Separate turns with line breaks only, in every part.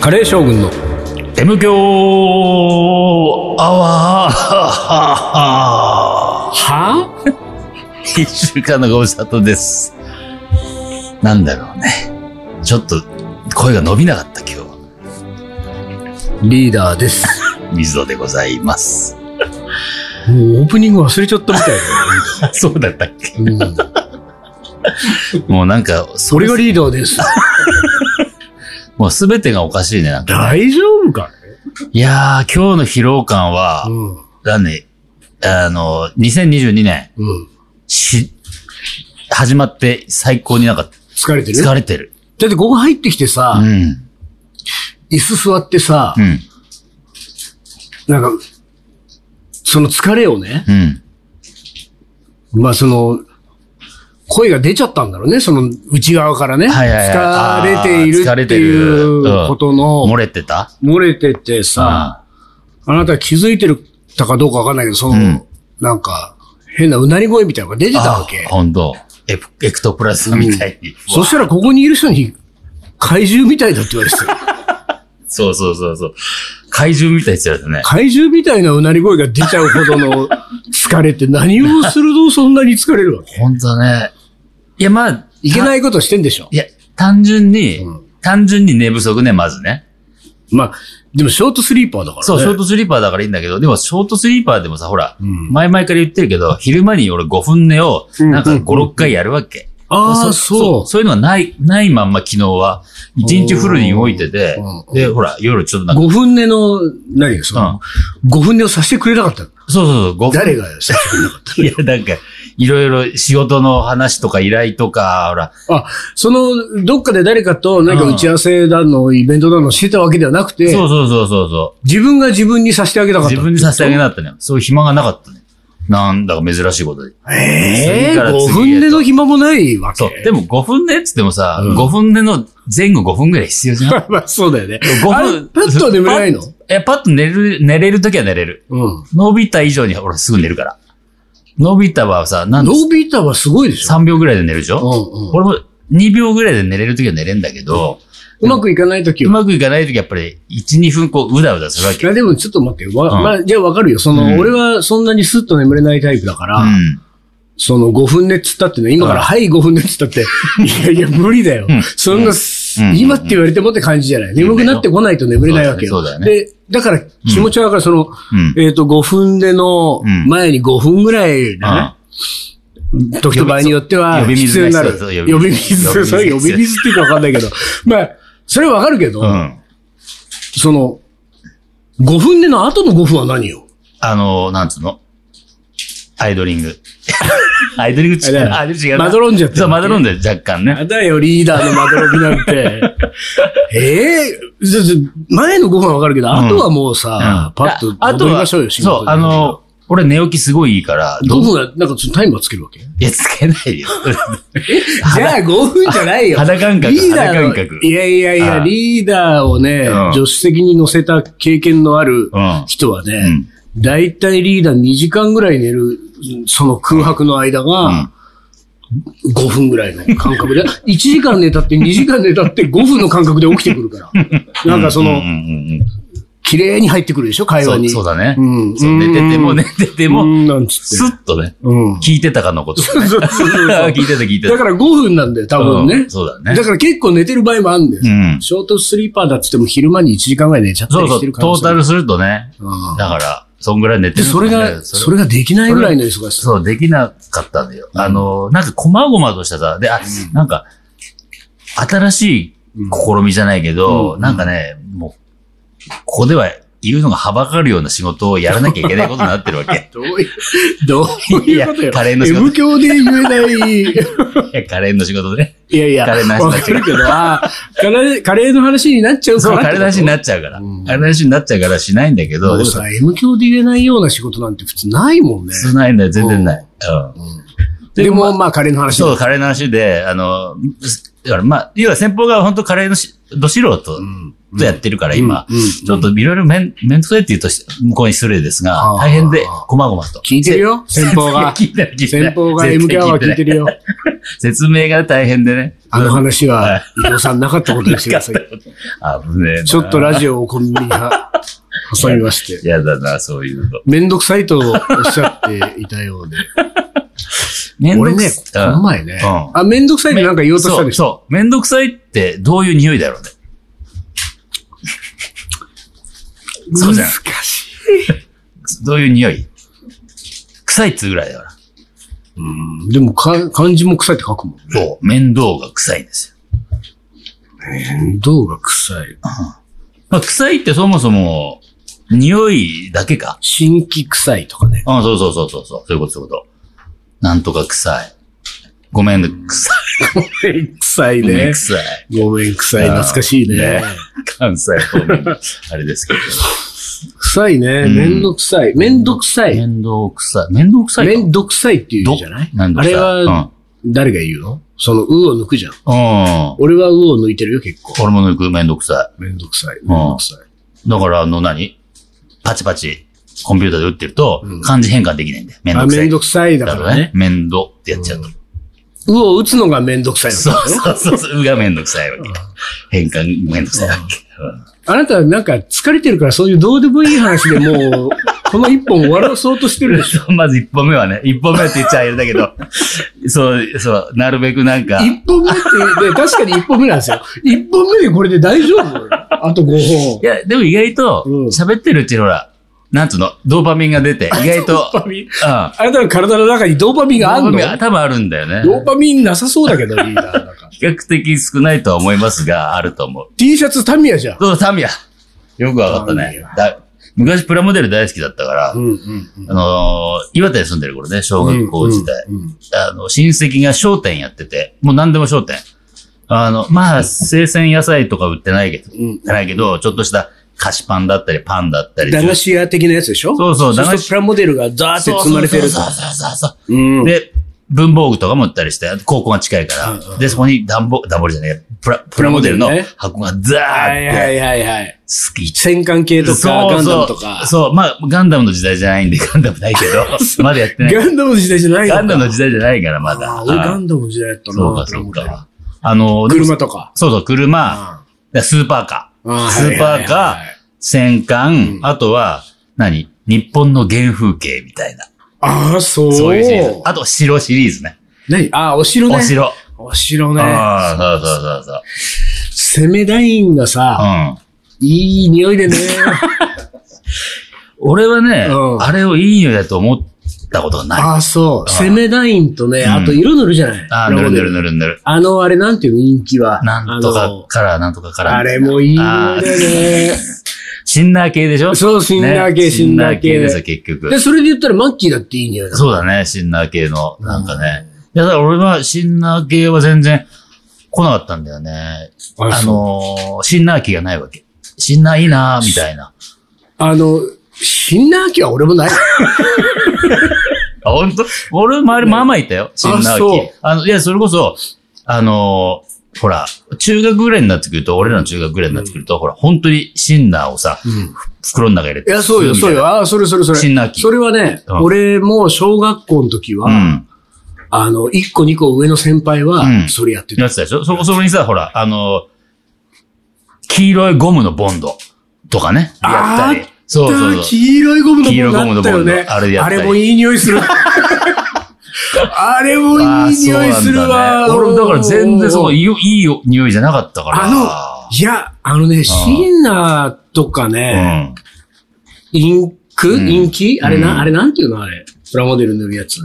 カレー将軍の
M 強アワー
は
一週間のご無沙汰です。なんだろうね。ちょっと声が伸びなかった今
リーダーです。
日。水戸でございます。
もうオープニング忘れちゃったみたい
そうだったっけ
だよ、ね。
もうなんか、そ
俺
れ
が
より、
リーダーです。
もうすべてがおかしいね。なんか
大丈夫かね
いやー、今日の疲労感は
う、ん。うん。
だね、あの、2022年、し、始まって最高になんか
疲れてるだ
疲れてる。
ってここ入ってきて
う
さ、
ん。
椅子座ってさ
う、ん。
なんか、その疲れをね、
うん。
まあその、声が出ちゃったんだろうね、その内側からね。
はいはいは い
疲れている
あー疲れ
って
てる
いう
うん
ことの、
漏れてた
漏れててさ、
あ
あなた気づいてるたかどうかわかんないけど、その、
うん
なんか、変なうなり声みたいなのが出てたわけ。
本当エプエクトプラスみたいに。
そしたらここにいる人に、怪獣みたいだって言われてた よ。
そうそうそうそう。怪獣みたいですよね。
怪獣みたいなうなり声が出ちゃうほどの疲れって何をするとそんなに疲れるわけ
本当ね。いや、まあ、。
いけないいことしてんでしょ
いや、単純に、
うん
単純に寝不足ね、まずね。
まあ、でもショートスリーパーだからね。
そう、ショートスリーパーだからいいんだけど、でもショートスリーパーでもさ、ほら、
うん
前々から言ってるけど、昼間に俺5分寝を、
うん
なんか
う
5、
ん
6回やるわけ。
ああ、そう。
そういうのはない、ないまんま昨日は、一日フルに動いてて
う、ん
で、ほら、夜ちょっとなんか、
5分寝の、何ですか、?5 分寝をさせてくれなかったの。
そうそうそう、5分
誰がさせてくれなかっ
いや、なんか、いろいろ仕事の話とか依頼とか、ほら、
たのあ、その、どっかで誰かと何か打ち合わせだの、イベントだのしてたわけではなくて、
そうそうそうそうそ
自分が自分にさせてあげた
う。
かった。
自分にさせてあげなかったね。そういう暇がなかったね。なんだか珍しいことで。
え
次
え
から次へと
5分での暇もないわけ。
そう。でも5分でっつってもさ、
うん
5分での前後5分ぐらい必要じゃ ん
まあそうだよね。
五分
あれプッと眠れないの
え、パッと寝れる、寝れるときは寝れる。
うん。
伸びた以上に俺すぐ寝るから。伸びたはさ、なん
伸びたはすごいでしょ。
3秒ぐらいで寝るでし
う
ょ、
んうん
俺も2秒ぐらいで寝れるときは寝れんだけど、
うまくいかないとき
う
は。
まくいかないときはやっぱり1、2分こう、うだうだするわ
い
け。
やでもちょっと待って。わ
うん
まあ、じゃあわかるよ。その、
うん
俺はそんなにスッと眠れないタイプだから、
うん。
その5分でっつったってね、今から、
うん
はい5分でっつったって、いやいや無理だよ。
うん
そんな、
うん
今って言われてもって感じじゃない。眠くなってこないと眠れないわけよ。
そうだよねそうだ
で、だから気持ちはわかる。その、
うん
えっ、と、5分での
うん
前に5分ぐらい、ね、
うん
時と場合によっては、
呼び水
必要になる。
そ
呼
う呼び
び
水
水、それ呼び水っていうかわかんないけど。まあ、それはわかるけど、
うん。
その、5分での後の5分は何よ
あの、なんつうのアイドリ ング。アイドリング違う。アイドリング違うな。
まどろんじゃってる
そう、まどろんで若干ね。
やだよ、リーダーのまどろみなん て。ええずず前の5分はわかるけど、あとはもうさ、パッと
あと
戻り
は、
ましょうよ、仕事
そう、
に
あ、の、俺寝起きすごいいいから、
5
どう
分は、なんかそのタイムはつける わけ
いや、つけないよ。
じゃあ5分じゃないよ。
肌感覚
リーダーの
肌感覚
いやいやい
あ
や、
あ
リーダーをね、
うん
助手席に乗せた経験のある
うん
人はね、だいたいリーダー2時間ぐらい寝る、その空白の間が、5分ぐらいの感覚で、1時 間寝たって2時間寝たって5分の感覚で起きてくるから。なんかそ
うんうん
の、
うんうん
綺麗に入ってくるでしょ、会
そ
話
う
に。
そうだね。
うん
そう寝てても
うん
寝てて
う
も、
ん、なんつって
ス。ッとね、
うん。
聞いてたかのこと。
そうそうそうそう
あ聞いてた聞いて
だ
た。
から5分なんだよ、多分
う
ね
ん。そうだね
だから結構寝てる場合もあるんだよ。
うん
ショートスリーパーだっつっても昼間に1時間ぐらい寝ちゃった
そう
り
そ
して
う、
る
ト
可能
ー
性
タルするとね。
うん
だから、そんぐらい寝て
で
る
それ
のかね
が、それができないぐらいの忙しさ。
そう、できなかったんだよ。あの、なんか、こまごまとしたさ、で、あ、なんか、新しい試みじゃないけど、
うん。
なんかね、もう、ここでは言うのがはばかるような仕事をやらなきゃいけないことになってるわけ
どういう、どういうこと
いや
よ。
カレーの仕事
M 教で言えない。い
いやカレーの仕事でね。
やいや、
カレーの話
わ
になっ
か
ちゃう
るけど、あーカレー、カレーの話になっちゃうか
そ
ら
う、
って
カ
こと。
レーの話になっちゃうから。
うん
カレーの話になっちゃうからしないんだけど、
も
で
う
も
さ、M 教で言えないような仕事なんて普通ないもんね。
少ないんだよ、全然ない。うん。
でも、まあ、カレーの話だ
そう、カレーの話で、あの、だからまあ、要は先方が本当カレーのし、ど素人とやってるから、今、
うんうん
ちょっといろいろめん、めんどくさいって言うとし、向こうに失礼ですが
あ、ー
大変で、こまごまと。
聞いてるよ、先方が。
聞いてない、聞いてない
先方が M 教は聞いてるよ。
説明が大変でね。
あの話
は、
はい伊藤さんなかったこと にしてください。
あぶねえな。
ちょっとラジオをコンビニには挟みまして。
やだな、そういうの。
めんどくさいとおっしゃっていたようで。俺ね、この前ね、
うん
あ、めんどくさいってなんか言おうとした
そ
で
う、
しょ。
そう。めんどくさいってどういう匂いだろうね。そうじゃん
難しい。
どういう匂い臭いっつうぐらいだから。
うん、でもか、漢字も臭いって書くもん。
そう。面倒が臭いんですよ。
面倒が臭い。
まあ、臭いってそもそも、匂いだけか。
新規臭いと かね。
あそうそうそうそうそう。そういうこと、そういうこと。なんとか臭い。ごめんね、臭い。
臭い
ごめん
ね。
臭い。
ごめん、臭い。懐かしいね
ね。関西方 面のあれですけど。
臭いね。
ん
めんどくさい。めんどくさい。
面倒臭い。面倒臭いか
めんどくさいって言うじゃない
ど面倒
あ
臭い
れは、誰が言うのその、うを抜くじゃん。
うん。
俺はうを抜いてるよ、結構。
俺も抜く、面倒くさ
めんどくさい。めん
ど
ど
く
くさい。
い。だから、あの何、パチパチ、コンピューターで打ってると、漢字変換できないんだよ。面
あ、
倒くさい。
めんどくさいだ
だ
か
かららね
ね。。
面倒ってやっちゃうと。
うを打つのがめんどくさいの
そうそうそうそう。うがめんどくさいわけ。変換めんどくさいわけ。
あなたなんか疲れてるからそういうどうでもいい話でもう、この一本終わらそうとしてるで しょ。
うんまず一本目はね、一本目って言っちゃあれだけ ど、そう、そう、なるべくなんか、い
一本目って、で、確かに一本目なんですよ。一本目でこれで大丈夫 あと5本。
や、でも意外と
うん、
喋ってるうちにほら、なんつうの、ドーパミンが 出て、意外と、
ドーパミン
うん。
あなたの体の中にドーパミンがあんの
ドーパミン多分あるんだよね。
ドーパミンなさそうだけど、リーダー。なん か
比較的少ないとは思いますが、あると思う。
T シャツタミヤじゃん。
そう、タミヤ。よくわかった
タミ
ね
ヤ。
だ昔プラモデル大好きだったから、
うんうん。
あのー岩手に住んでる頃ね、小学校時代。
うんうんうん
あの、親戚が商店やってて、もう何でも商店。あの、まあ、生鮮野菜とか売ってないけど、
ん
売ってないけど、ちょっとした菓子パンだったり、パンだったり。
駄菓子屋的なやつでしょ
そうそう
駄
駄菓
菓
子
子。プラモデルがザーって積まれてる。
そうそうそうそうそう。
うん。
で、文房具とかも売ったりして、高校が近いから、で、そこに段ボ、段ボールじゃねえやプラ、プラモデルの
プラモデルね
箱がザーっ
はいは
て、
いはいはい。
好き
戦艦系とか、ガンダムと
そう
か。
そう、まあ、ガンダムの時代じゃないんで、ガンダムないけど、まだやってない。
ガンダムの時代じゃないの
ガ
か
ンダムの時代じゃないから、まだ。
ああ、俺ガ
ム
ンダムの時代だったな。
そうか、そうか。あの、
車とか。
そうそう、車、
あ
スーパーカ
あ
ー。
ー
スーパー
はいはい
カ
はいは
ー、戦艦、あとは、何日本の原風景みたいな。
あ、そう。
そういうシリーズ。あと、城シリーズね。
何ああ、お城ね。
お。城。
お城ね。
ああ、そうそうそうそう。
攻めラインがさ、
うん。
いい匂いでね。
俺はね
う、ん
あれをいい匂いだと思ったことがない。
ああ、そう。攻めラインとね、
ん
あと色塗るじゃない。
ああ、ぬるぬるぬるぬる。
あの、あれなんていうの人気は。
なんと
あ
か
の
カラー、なんとかカラー。
あれもいい匂いだよね。
シンナー系でしょ
そうシンナー系
ね
シンナー系
シンですよ、結局
で、。それで言ったらマッキーだっていい匂いだ。
そうだね、シンナー系の、なんかね。いや、だから俺はシンナー系は全然来なかったんだよね。
あ
あ
そう
のー、シンナー気がないわけ。シンナーいいなーみたいな。
あの、シンナー機は俺も ない。
あ、本当俺、周りまあまあいたよ。シンナー
そ
気
う。
あの、いや、それこそ、あのー、ほら、中学ぐらいになってくると、俺らの中学ぐらいになってくると、ほら、本当にシンナーをさ、袋の中に入れ
い
て。
や、そうよ、そうよ。ああ、それそれそれ。
シンナー機
それはね、
うん
俺も小学校の時は、
うん。
あの、1個2個上の先輩は
うん、
それやってた。
やってたでしょそこ、そこにさ、ほら、あの、黄色いゴムのボンドとかね。やったり
あー。
そうそうそう。
黄色いゴムの
黄色いゴ
ボ
ム
ンドあ
の
ったよ
ボンド
ね。
あれやったり
もいい匂い する。あれもいい匂いするわ。
あーそうなんだね俺、だから全然その、
い
いいよいい匂いじゃなかったから。
あの、いや、あのね、シンナーとかね、
うん。
インク
ん
インキあれ
うん
な、あれなんていうのあれ。プラモデル塗るやつ。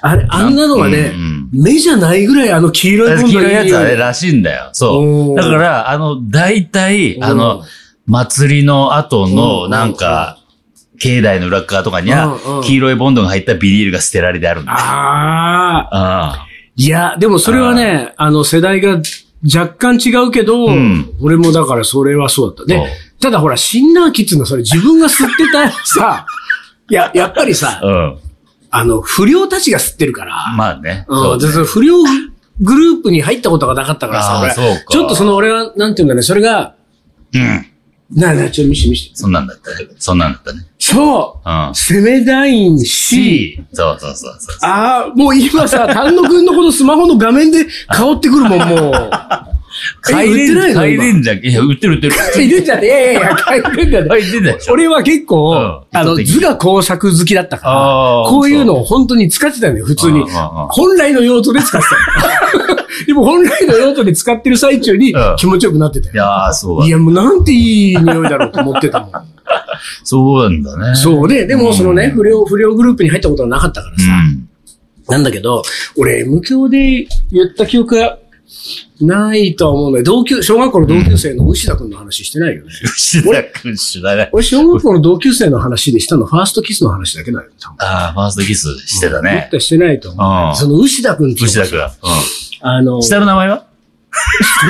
あれ、あんなのはね
うん、
目じゃないぐらいあの黄色いゴム
黄
の
色いやつあ
匂
れ
い
らしいんだよ。そ
お
う。
ー
だから、あの、大体、あ
う
の
ん、
祭りの後
う
の、
ん
なんか、境内の裏っ側とかには
うんうん、
黄色いボンドが入ったビニールが捨てられてあるんだ
あ
よ。
あ。
あ
いや、でもそれはね、あの、世代が若干違うけど、
ん
俺もだからそれはそうだった。
そう
で、ただほら、シンナーキッズのそれ自分が吸ってたさ、 いや、やっぱり
あ。
さ、
うん。
あの、不良たちが吸ってるから、
まあね。
うん、で
ね
その不良グループに入ったことがなかったから
あ
さ、
ー
俺
そうか
ちょっとその俺は、なんていうんだね、それが、
うん。
なあなあ、ちょっと見して見して。
そんなんだったね。そんなんだったね。
そう
うん。
攻め団員 C。
C。そうそうそうそう。
ああ、もう今さ、丹野くんのこのスマホの画面で香ってくるもん、もう。 え、売ってないの
カイレ
今。
ンジャー、いや、売ってる売ってる。
いるんじゃねえいやいや、買えるんじゃ
カ
ない。
イレンジャーでしょ。
俺は結構、
うん
あの、
意図的に
図が工作好きだったから
あ、ー
こういうのを本当に使ってたのよ、普通
うん
に
うんう。ん
本来の用途で使ってた の。でも本来の用途で使ってる最中に
うん
気持ちよくなってた
い
よ。
やー、そうだ
いや、もうなんていい匂いだろうと思ってたも ん。
そうなんだね。
そうで、でもそのね、
うん
不良、不良グループに入ったことはなかったから
う
さ。
ん。
なんだけど、俺、無教で言った記憶がないとは思うんだけど、同級、小学校の同級生の牛田君の話してないよね。
吉田君知らない。
俺、小学校の同級生の話でしたの、ファーストキスの話だけだよ、多分。
ああ、ファーストキスしてた
もっ
ね。
としてないと思
う
う。
ん
その牛田君っていう
吉
の
田
は
君。う
あの、
ん。
下
下の名前は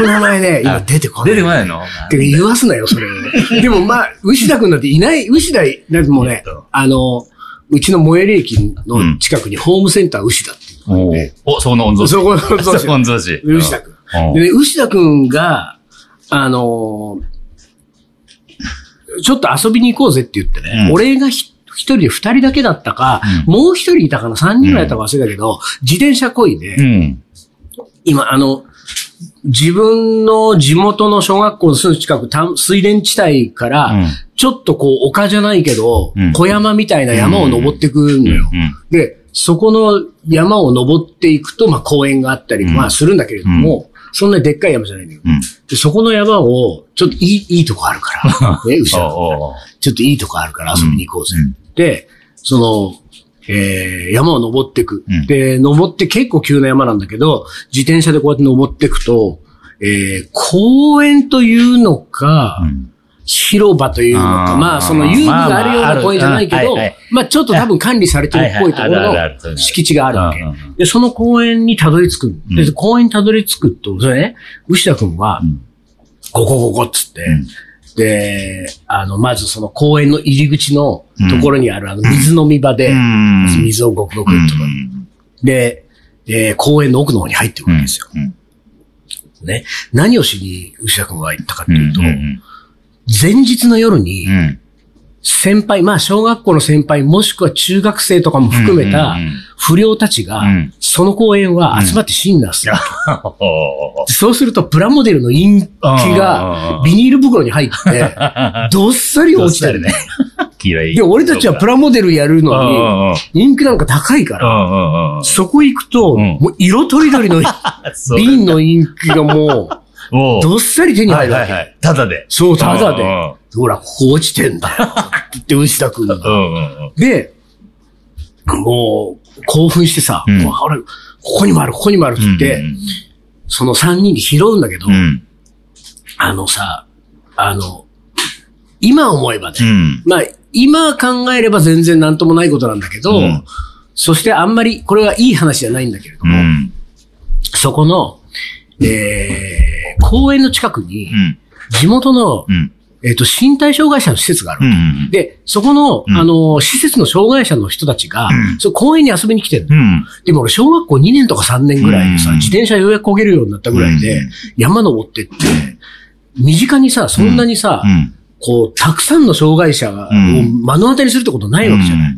の名前ね、今出てこない。
出てこないの
てか言わすなよ、それ。でもまあ、牛田くんだっていない、牛田、なんかもう
え
ね
っと、
あの、うちの最寄り駅の近くにホームセンター牛田ってい
おーお、そこの御曹
う。
司。
そこの
そこの御曹司。
牛田くん。
うん
でね、牛田くんが、あのーちょっと遊びに行こうぜって言ってね、
うん
俺がひ一人で二人だけだったか、
うん
もう一人いたかな、三人ぐらいいたか忘れたけど、自転車こいで、
うん。
今、あの、自分の地元の小学校のすぐ近く、た水田地帯から、
うん
ちょっとこう、丘じゃないけど、
うん
小山みたいな山を登ってく
う
の
ん。う
よ。
ん。
で、そこの山を登っていくと、まあ公園があったり、
うん
まあするんだけれども、そんなでっかい山じゃないんだよ。
うん。
で、そこの山を、ちょっといい、いいとこある から、ね、牛田
おうおうおう
ちょっといいとこあるから遊びに行こうぜ。
うん
で、その、えー、山を登っていく、
うん
で、登って結構急な山なんだけど、自転車でこうやって登っていくと、えー、公園というのか、
うん
広場というのか、
あー
まあその遊具があるよう
まあまあ
な
ある
公園じゃないけ
うん
ど
はいはい、
まあちょっと多分管理されてるっぽいところ
はいはいあるあるあるそういう
の
の
敷地があるわけ
うんうんう。
で、その公園にたどり着く。
うん
で、公園にたどり着くと、それね、牛田くんは
うん、
ゴコゴコっつって、
ん
で、あの、まずその公園の入り口のところにあるあの水飲み場で
う、ん。
水をゴクゴクと。で、えー公園の奥の方に入ってくるんですよ。
うん
ね。何をしに牛田くんは行ったかって
うん。
いうと、
うん。
前日の夜に、
うん。
先輩、まあ小学校の先輩もしくは中学生とかも含めた
うんうんうん
不良たちが
うん、
その公園は集まってシーン出する。
お
そうするとプラモデルの陰気
あ
が
ー
ビニール袋に入 って、
ー
どっさり落ちたりね。。
嫌い。
で、俺たちはプラモデルやる
う
のに、
んうんうん
人気なんか高いから、
うんうんうん。
そこ行くと、
うん
もう色とりどりの
そう
瓶の陰気が も
お
う、
う
どっさり手に
は
入
い
るわけ。
はいはい。ただで。
そう、ただで
うんうん。
ほら、ここ落ちてんだよ。って牛田く んが
う。んうん
で、もう、興奮してさ、
うん
もうあれ、ここにもある、ここにもあるって
う
言
ん。
って、その3人で拾うんだけど、
うん。
あのさ、あの、今思えばね
う、ん。
まあ、今考えれば全然なんともないことなんだけど、
うん
そしてあんまり、これはいい話じゃないんだけれど
う
も、
ん。
そこの、えー、公園の近くに
う、ん。
地元の
う、ん。
えっ、と、身体障害者の施設がある。
うん。
で、そこの、
うん
あの、施設の障害者の人たちが、
うん
そう公園に遊びに来てるの。
うん。
でも俺、小学校2年とか3年ぐらいでさ、
うん
自転車ようやく焦げるようになったぐらいで、
うん
山登ってって、身近にさ、そんなにさ、
うん。
こう、たくさんの障害者を
うん
目の当たりにするってことないわけじゃない。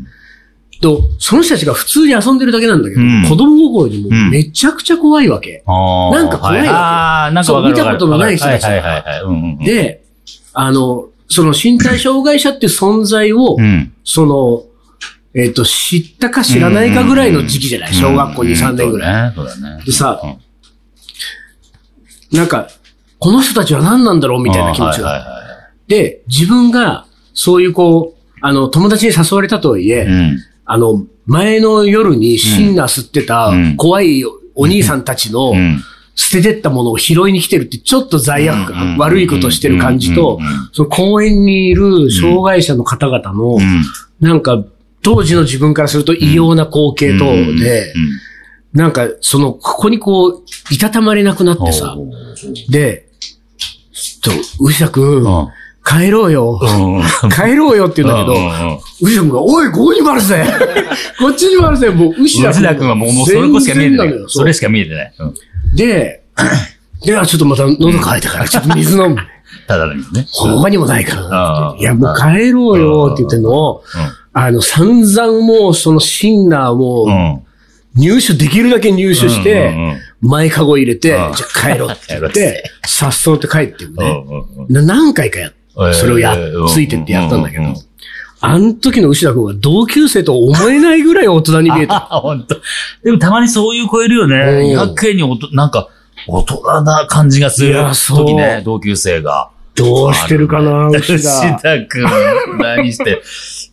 と、その人たちが普通に遊んでるだけなんだけど、
うん
子供心にも
うん
めちゃくちゃ怖いわけ。
あー
なんか怖いわけ
ああ、なんかわかるわかる
そう見たことのない人たち
はいはいはいはい。うんうんうん。
で、あの、その身体障害者っていう存在を、
うん。
その、えっ、と、知ったか知らないかぐらいの時期じゃない小学校2、3年ぐらい。
い。そうだね。そうだね
でさ
うん
なんか、この人たちは何なんだろうみたいな気持ち
はい
が。
はいは
で、自分が、そういうこう、あの、友達に誘われたとはいえ、
いうん。
あの、前の夜にシンナー吸ってた
うん
怖いお兄さんたちの
うん
捨ててったものを拾いに来てるってちょっと罪悪
うんうん
感、
うん
悪いことしてる感じと
うんうん、
その公園にいる障害者の方々の
う、ん。
なんか、当時の自分からすると異様な光景等で
う、ん
なんか、その、ここにこう、いたたまれなくなってさ
う、ん
で、ちょっと、牛田くん、帰ろうよ。
うん。
帰ろうよって言うんだけど、
ど、
牛田くんが、おい、ここにもある ぜこっちにもあるぜもう、牛田
吉田君はもう、もうそれこそしか見えてな
全然
い
の。よ
それしか見えてない。うん
で、ではちょっとまた喉乾いたから、ちょっと水飲む。
ただの水ね。
ほんまにもないからなっ
あ
て
あ
いや、もう帰ろうよって言ってんのを、あの、散々もう、そのシンナー
うん。
も、
うん。
入手できるだけ入手し
うんうん
て、前カゴ入れて、じ
あ
ゃ
あ
あ帰ろうって言っ
帰ろうって
て、さっそうって帰ってる
う
ね。
んうんうん
な何回かや
ええ、
それをや
ええうん、
ついてってやったんだけど
ううう、
あの時の牛田君は同級生と思えないぐらい大人に見えた。
あ、本当。でもたまにそういう子いるよね。
うん
やけにおと、なんか、大人な感じがす
い
る
やそう
時ね、同級生が。
どうしてるかな、牛
吉
田。
田くん、何して、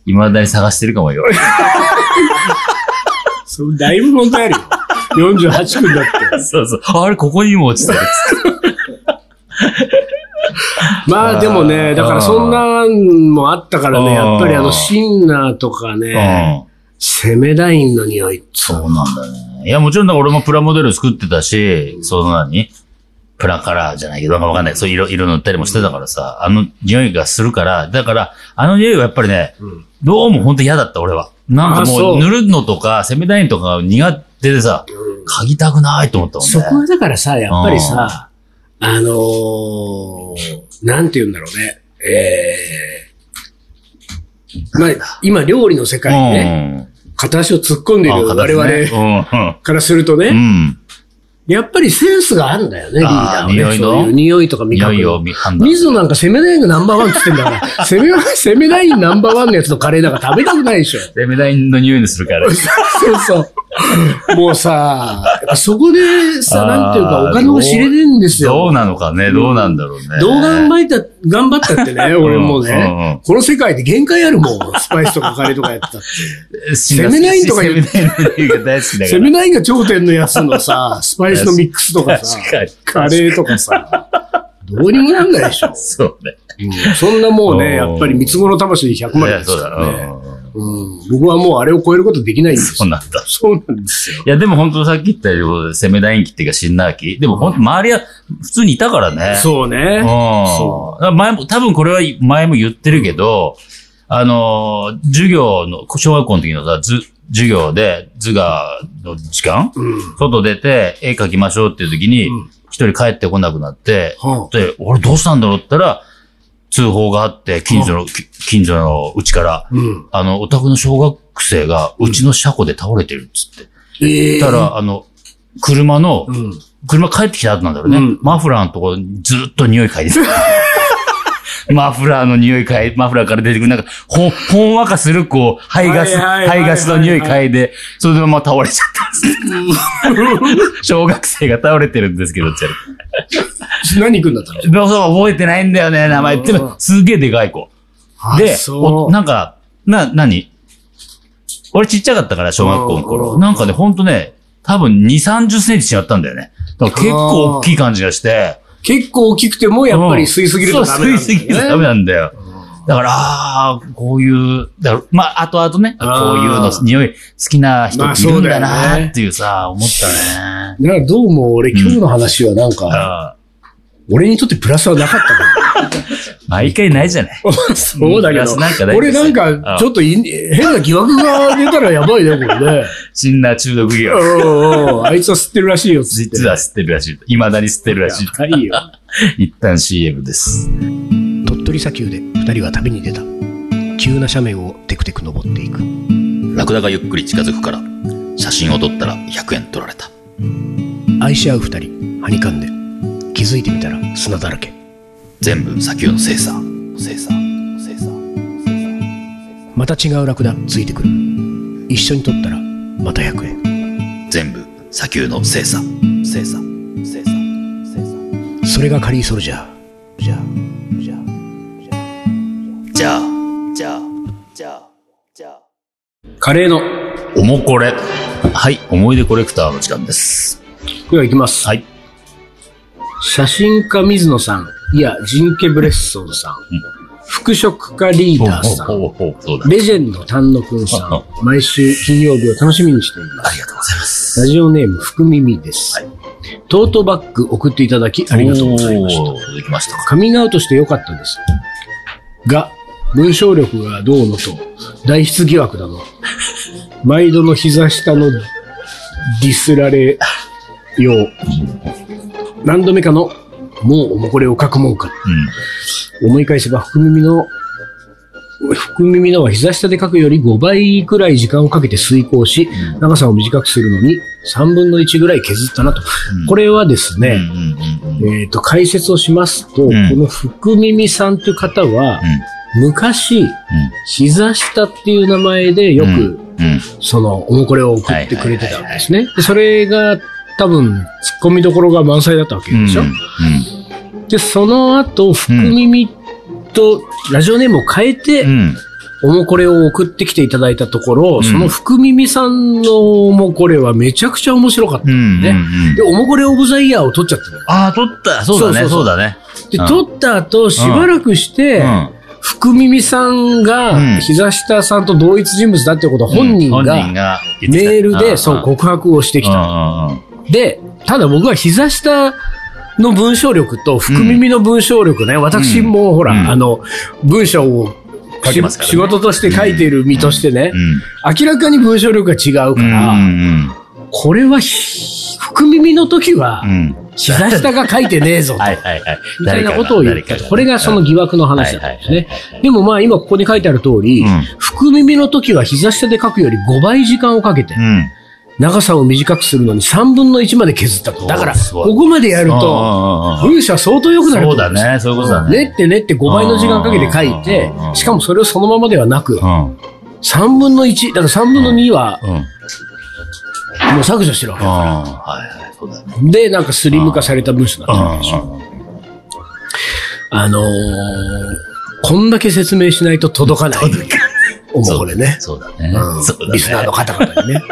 未だに探してるか もよ。
そうだいぶ問題ある よ。48分だって。
そうそう。あれ、ここにも落ちてる。
まあでもね、
あー
だからそんなんもあったからね、
あー
やっぱりあのシンナーとかね、
うん。
セメダインの匂い。
そうなんだね。いや、もちろんだから俺もプラモデル作ってたし、その何プラカラーじゃないけど、なんかわかんない。そういう色、色塗ったりもしてたからさ、あの匂いがするから、だから、あの匂いはやっぱりね、
うん
どうも本当嫌だった、俺は。なんか
あそ
も
う
う、塗るのとか、セミダインとかが苦手でさ、嗅ぎたくないと思ったもんね。
そこはだからさ、やっぱりさ、あのー、なんて言うんだろうね。えーまあ、今料理の世界にね、片足を突っ込んでいる
うん。
我々
々。
からすると
うん。う
ね、
ん。
やっぱりセンスがあるんだよね、リーダーは
あー匂
ね。
い
そ
の
ういう匂いとか味
匂
覚
い
の
を見判断。
水野なんか攻めラインがナンバーワンって言ってんだ から、攻め、攻めラインナンバーワンのやつのカレーなんか食べたくないでしょ。
セミダインの匂いにするから。
そうそう。もうさ、そこでさ、
あー
なんていうか、お金を知れてんです
ど
よ。
うなのかね、どうなんだろうね。
動画頑張った、頑張ったってね、俺もう
うんうんう
ね
ん。
この世界で限界あるもん。スパイスとかカレーとかや ったって。
攻
セミナインとか
セ
言う
ミナインの匂いが大好きだか
セ
ら
ミ。ナインが頂点のやつのさ、スパイスのミックスとかさ、
確かに
カレーとかさ、どうにもなんないでしょ。
そう
う
ね。
んそんなもう
うん
ね、やっぱり三つ子の魂100
い
万で
や、
す
そう
か
だ
らね。
ろうん。
うん僕はもうあれを超えることできないんです
そう
よ。
なんだ。
そうなんですよ。
いや、でも本当さっき言ったように、攻めダインキっていうか、シンナーキ。でも本当、周りは普通にいたからね。
そうね。
うん。だから前も、多分これは前も言ってるけど、あのー、授業の、小学校の時のさ、図、授業で、図画の時間、
うん。
外出て、絵描きましょうっていう時に
うん、
一、人帰ってこなくなって、
は
で、俺どうしたんだろうって言ったら、通報があって、近所の、き近所のうちから、
うん。
あの、お宅の小学生が、うちの車庫で倒れてるっつって。
ええ。
たら、あの、車の
う、ん。
車帰ってきた後なんだろうね。
うん
マフラーのところにずっと匂い嗅いで た。マフラーの匂い嗅い、マフラーから出てくる、なんか、ほん、ほんわかする、こう、排ガス、
はいはいはいはい
排ガスの匂い嗅いで、それでまま倒れちゃったん です。小学生が倒れてるんですけど、って言わ
何行くんだったの
れてでもそう、覚えてないんだよね、名前。でも、すげえでかい子。で
あ、そ
お
う。
なんか、な、何俺ちっちゃかったから、小学校の
う
頃。
ん
なんかね、ほんとね、多分2、30センチ違ったんだよね。だから結構大きい感じがして。
結構大きくても、やっぱり
うん
吸いすぎるとダメなんだよね。
そう吸いすぎるとダメなんだよ。だから、ああ、こういう、だからまあ、後々ね、こう
あー
いうの、匂い、好きな人
まあ
いるんだ
そうだよね
なっていうさ、思ったね。
だからどうも俺今日の話はなんか、
あ
俺にとってプラスはなかったか
ー毎回ないじゃない。
ら。 そうだけ
プラスなんか
ど。
ない
俺
ですよ
なんか、ちょっとい変な疑惑が出たらやばいね、これね。
シンナー中毒
お
業。
うおうあいつは吸ってるらしいよ、つって。
実は吸ってるらしい。未だに吸ってるらしい。
やばいよ。
一旦 CM です。
鳥取砂丘で二人は旅に出た急な斜面をテクテク登っていく
ラクダがゆっくり近づくから、写真を撮ったら100円取られた。
愛し合う二人はにかんで気づいてみたら砂だらけ
全部砂丘の精査。精査。精査。
また違うラクダついてくる一緒に撮ったらまた100円
全部砂丘の精査。精査。精査。精査。
それがカリーソルジャーじゃあじゃあ
じゃあ、じゃあ、じゃあ、じゃあ。
カレーの
おもこれ。はい、思い出コレクターの時間です。
ではいきます、
はい。
写真家水野さんいやジンケ・ブレッソンさん服飾家リーダーさん
ほうほうほうそうだ。
レジェンド丹野くんさ
あ
ん毎週金曜日を楽しみにしています
ありがとうございます。
ラジオネーム、福耳です、トートバッグ送っていただきありがとうございました。
た。できましたか。
カミングアウトしてよかったです。が、文章力がどうのと、代筆疑惑だの。毎度の膝下のディスられよう。何度目かのもう、もうこれを書くもんか。思い返せば、福耳の、福耳のは膝下で書くより5倍くらい時間をかけて遂行し、
うん
長さを短くするのに3分の1ぐらい削ったなと。
うん
これはです
うん。
ね、
うんうんうん。
えっ、と、解説をしますと、
ん
この福耳さんという方は、昔、膝下っていう名前でよく、
うん。うん。
その、おもこれを送ってくれてたわけですね。でそれが、多分、突っ込みどころが満載だったわけでしょ。
うん
で、その後、福耳とラジオネームを変えて、
うん。うん
おもこれを送ってきていただいたところ、
ん
その福耳さんのおもこれはめちゃくちゃ面白かった。
うん。
ね
うん
で、おもこれオブザイヤーを取っちゃったのよ
ああ、取った。そうだね、
そそ
そう
うそう
うだね。
で、
うん
取った後、しばらくして、
うん。
福耳さん
う
が、
ん
膝下さんと同一人物だってことは本人
うん本
が
人、が言ってきた
メール
ん
で、
ん
そう、告白をしてきた。
うんうんうん
で、ただ僕は膝下の文章力と福耳の文章力ね、私もほら、
うん
あの、文章を
書
し、
けますからね
仕事として書いている身としてね、
うん。
明らかに文章力が違う
う
か
ん
ら、
うん
これはひ福耳の時は
う、ん。うん。
膝下が書いてねえぞと。
はいはいはい。
みたいなことを言った。これがその
義
疑惑の話だったんですね
はいはいはい。
でもまあ今ここに書いてある通り、
うん
福耳の時は膝下で書くより5倍時間をかけて、
うん。
長さを短くするのに3分の1まで削ったと。だから、
そう
ここまでやると、
うんうんうんうん
文章相当良くなると
そうだ。ね、そういうことだね。
練って練って5倍の時間かけて書いて
うんうんうんう、ん
しかもそれをそのままではなく
う、ん。うん。
3分の1、だから3分の2はもう削除してるわ
はいはい、そうだね。
け。で、なんかスリム化された文章だ
う
っ
ん
たわけでしょ。
うんうん。
あのー、こんだけ説明しないと届かない。おもこれね。
そうだね
うん。
そうだね
リスナーの方々 にね。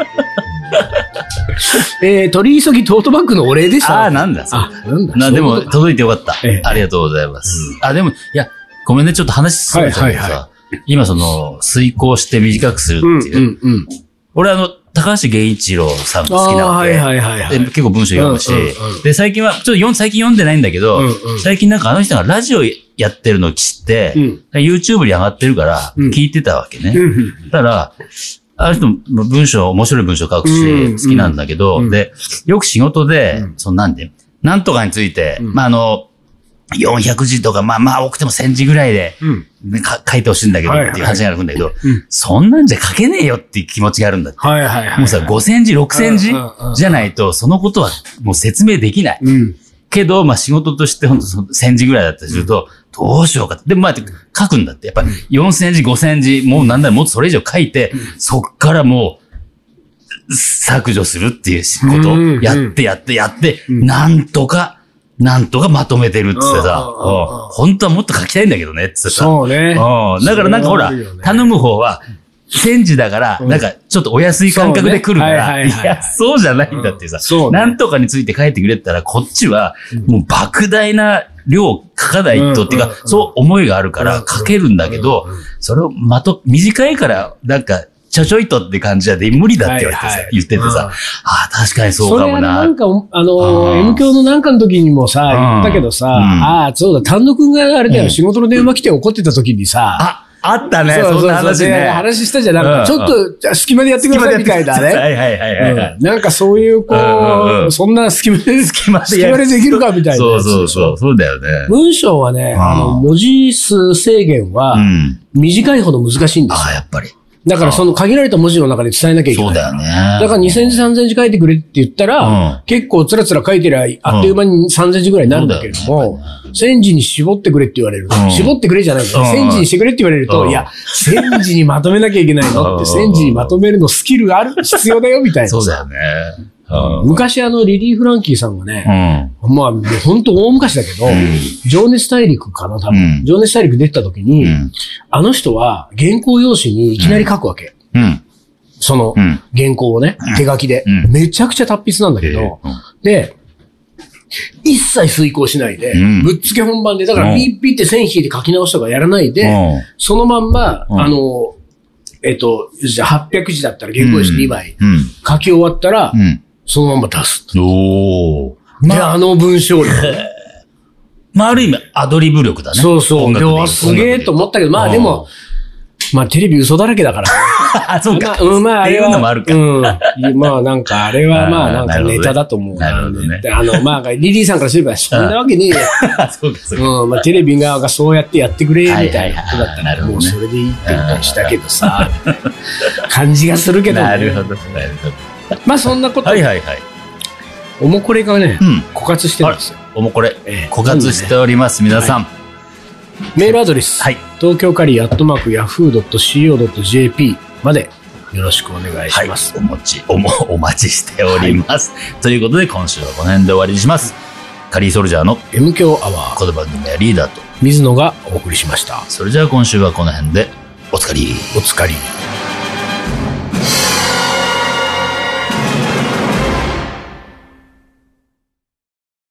えー、取り急ぎトートバッグのお礼でした。
ああ、なんだ、そう
あ、なんだ。
な、
そ
で
うい
も、
うこと
届いてよかった
ええ。
ありがとうございます。あ、でも、いや、ごめんね、ちょっと話するんだ
はい
けど
はい
さ、今その、遂行して短くする
うん
っていう。
うんうん。
俺、あの、高橋源一郎さんが好きな
あ
の
ーは
で、
いはいはいは
で
い。
結構文章読むし、
うんうんうん
で、最近は、ちょっと読ん最近読んでないんだけど、
うんうん
最近なんかあの人がラジオやってるの知って、
うん
YouTube に上がってるから、
うん
聞いてたわけね。
うん
たら、あの人も文章、面白い文章書く
うん
し、好きなんだけど、
うん
で、よく仕事で、
うん
そのなんで、なんとかについて、
うん
まあ、あの、400字とか、まあまあ多くても1000字ぐらいで、
うん。
ねか書いてほしいんだけどっ
は
て
いはい
いう話があるんだけど、
うん
そんなんじゃ書けねえよっていう気持ちがあるんだって。
はいはいはい。
もうさ、5000字、6000字
うんうんうん
じゃないと、そのことはもう説明できない。
うん。
けど、まあ仕事として、ほんとその1000字ぐらいだったりすると、どうしようかって。でもまあ、書くんだって。やっぱ4000字、5000字、もうなんならもっとそれ以上書いて、そっからもう、削除するっていう仕事
う
を
んうん
やってやってやって、
うん
なんとか、なんとかまとめてるっつって
う
さ、
んうんうんうん
うん本当はもっと書きたいんだけどね、っつって さ。
そうね。
うんだからなんかほ
それは
ら、
あるよね
頼む方は、1000字だから、なんか、ちょっとお安い感覚で来るか
そう
ら、
ねはいはい
い
はい
や、そうじゃないんだって
うん
さ
そう、ね
なんとかについて書いてくれって言ったら、こっちは、もう莫大な量書かない
うんうんう
と、
ん
っていうか、そう思いがあるか
う
ら
ん
書けるんだけど
うんうんうん、
それをまと、短いから、なんか、ちょちょいとって感じじゃで、無理だって言われて
はい
さ
はい、
言ってて
うん
さ、ああ、確かにそう
そ
か
れは
もな
な
っ
ん
て。
か、あの
う
ー、
ん
M 教のなんかの時にもさ、
うん
言ったけどさ、
うん
ああ、そうだ、丹野くんがあれだ
う
よ、
ん
仕事の電話来て怒ってた時にさ、
あ、あったね、
そう
そんな
そう
話
そうで
ね。
話したじゃんなんか、ち
うん
ょっとじゃあ、隙間でやってくださいみたいな
は
ね。
いはいはいはいはい
うん。なんかそういう、こ
うんうんう
う、
ん
そんな隙間で、隙間
間でやる
でできるかみたいな。
そうそうそう、そうだよね。
文章はね、あの、
うん
文字数制限は
う、ん。
短いほど難しいんですよ
ああ、やっぱり。
だからその限られた文字の中で伝えなきゃいけない。
そうだよね。
だから2センチ、3センチ書いてくれって言ったら、
うん
結構つらつら書いてりゃ、あっという間に3センチぐらいになるんだけれども、センチに絞ってくれって言われると、
うん
絞ってくれじゃないから、
うん
センチにしてくれって言われると、
うん
いや、センチにまとめなきゃいけないのっ
う
て、
ん
センチにまとめるのスキルがある、必要だよみたいな
そ。うだよね。うん
昔あの、リリー・フランキーさんが
う
ね、
ん。
まあ、本当大昔だけど、情熱大陸かな、多
う
分。
ん
情熱大陸出てた時に
うん、
あの人は原稿用紙にいきなり書くわけ。
うん。
その
うん
原稿をね、手書きで、
うん
めちゃくちゃ達筆なんだけど、
え
で、一切遂行しないで、
うん
ぶっつけ本番で、だから
うん
ピッピって線引いて書き直しとかやらないで、
うん
そのまんま、
うん
あの、えっと、じゃあ800字だったら原稿用紙2枚、
うん。
書き終わったら、
うん。
そのまま出す。
うんおー。
で、あの文章 力。
まあ、ある意味、アドリブ力だね。
そうそう。
音楽
で
で言
わすげえと思ったけど、まあ
うん
でも、まあテレビ嘘だらけだから。
あ、そう
ま
か
あ、。うん、まあ、あれは。
っていうのもあるか
うん。まあ、なんか、あれは、ま
あ
あ、
ー
なん
な
か
るほどね
ネタだと思う。
なるほどね
であの、まあ、リリーさんからすれば、そんなわけねえよ。
そうか、そうか。
うん、まあ、テレビ側がそうやってやってくれ、みたい
はいはい
な
はい
ことだった
なる
ら、
ほ
も
どね
うそれでいいって言ったりしたけどさ、感じがするけどね。
なるほど。なるほど。
まあ、そんなこと
は、いはいはい。
おもこれがね
う、ん。
枯渇してるんですよ。
おもこれ、
ええ
枯渇しております、皆さん。
メールアドレス、
はい
東京カリーアットマークヤフー .co.jp までよろしくお願いします。
お持ち、おも、お待ちしております。ということで、今週はこの辺で終わりにします。カリーソルジャーの
M 強アワー、
この番組はリーダーと。
水野がお送りしました。
それじゃあ今週はこの辺で、おつかり。
お疲れ。
「